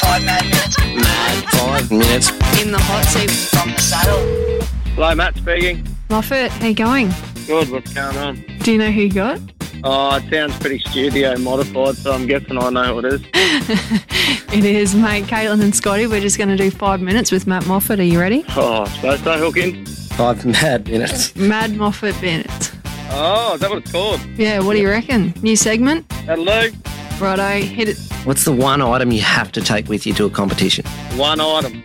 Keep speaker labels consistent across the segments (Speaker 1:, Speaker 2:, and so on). Speaker 1: Five mad minutes
Speaker 2: Mad five minutes.
Speaker 3: in the hot seat.
Speaker 1: from the saddle.
Speaker 4: Hello, Matt speaking.
Speaker 3: Moffat, how you going?
Speaker 4: Good, what's going on?
Speaker 3: Do you know who you got?
Speaker 4: Oh, it sounds pretty studio modified, so I'm guessing I know what it is.
Speaker 3: It is mate, Caitlin and Scotty. We're just going to do five minutes with Matt Moffat. Are you ready?
Speaker 4: Oh, I suppose so, Hookin.
Speaker 2: Five mad minutes.
Speaker 3: Mad Moffat Bennett.
Speaker 4: Oh, is that what it's called?
Speaker 3: Yeah, what do you reckon? New segment?
Speaker 4: Hello.
Speaker 3: Righto, hit it.
Speaker 2: What's the one item you have to take with you to a competition?
Speaker 4: One item.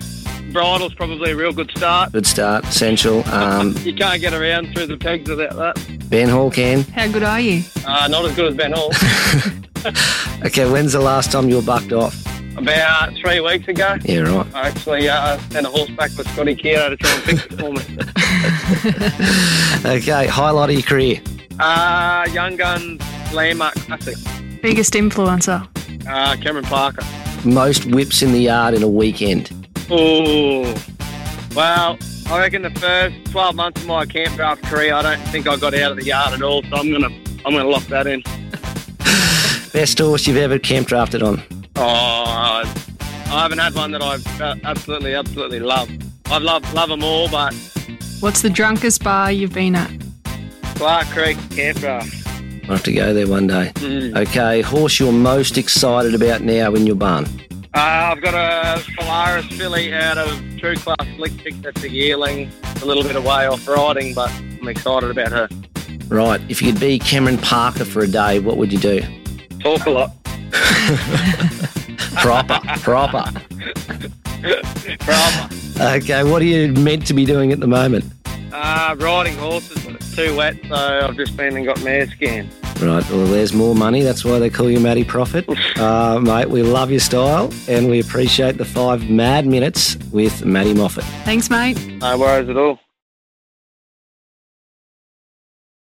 Speaker 4: Bridle's probably a real good start.
Speaker 2: Good start. Essential. Um,
Speaker 4: You can't get around through the pegs without that.
Speaker 2: ben Hall can.
Speaker 3: How good are you?
Speaker 4: Uh, not as good as Ben Hall.
Speaker 2: Okay, when's the last time you were bucked off?
Speaker 4: About three weeks ago,
Speaker 2: Yeah, right.
Speaker 4: I actually uh, sent a horseback with Scotty Keogh to try and fix it for me.
Speaker 2: Okay, highlight of your career.
Speaker 4: Uh, Young Guns Landmark Classic.
Speaker 3: Biggest influencer.
Speaker 4: Uh, Cameron Parker.
Speaker 2: Most whips in the yard in a weekend.
Speaker 4: Ooh. Well, I reckon the first 12 months of my camp draft career, I don't think I got out of the yard at all. So I'm gonna, I'm gonna lock that in.
Speaker 2: Best horse you've ever camp drafted on.
Speaker 4: Oh, I I haven't had one that I've uh, absolutely, absolutely loved. I've loved, love them all, but
Speaker 3: What's the drunkest bar you've been at?
Speaker 4: Clark Creek camp uh, draft.
Speaker 2: I'll have to go there one day.
Speaker 4: Mm.
Speaker 2: Okay, horse you're most excited about now in your barn.
Speaker 4: Uh, I've got a Polaris filly out of True Class Flick Pick that's a yearling, a little bit away off riding, but I'm excited about her.
Speaker 2: Right, if you could be Cameron Parker for a day, what would you do?
Speaker 4: Talk a lot.
Speaker 2: Proper, proper.
Speaker 4: Proper.
Speaker 2: Okay, what are you meant to be doing at the moment?
Speaker 4: Uh, riding horses, but it's too wet, so I've just been and got mare skin.
Speaker 2: Right, well, there's more money. That's why they call you Matty Profit. Uh, mate, we love your style and we appreciate the five mad minutes with Matty Moffat.
Speaker 3: Thanks, mate.
Speaker 4: No worries at all.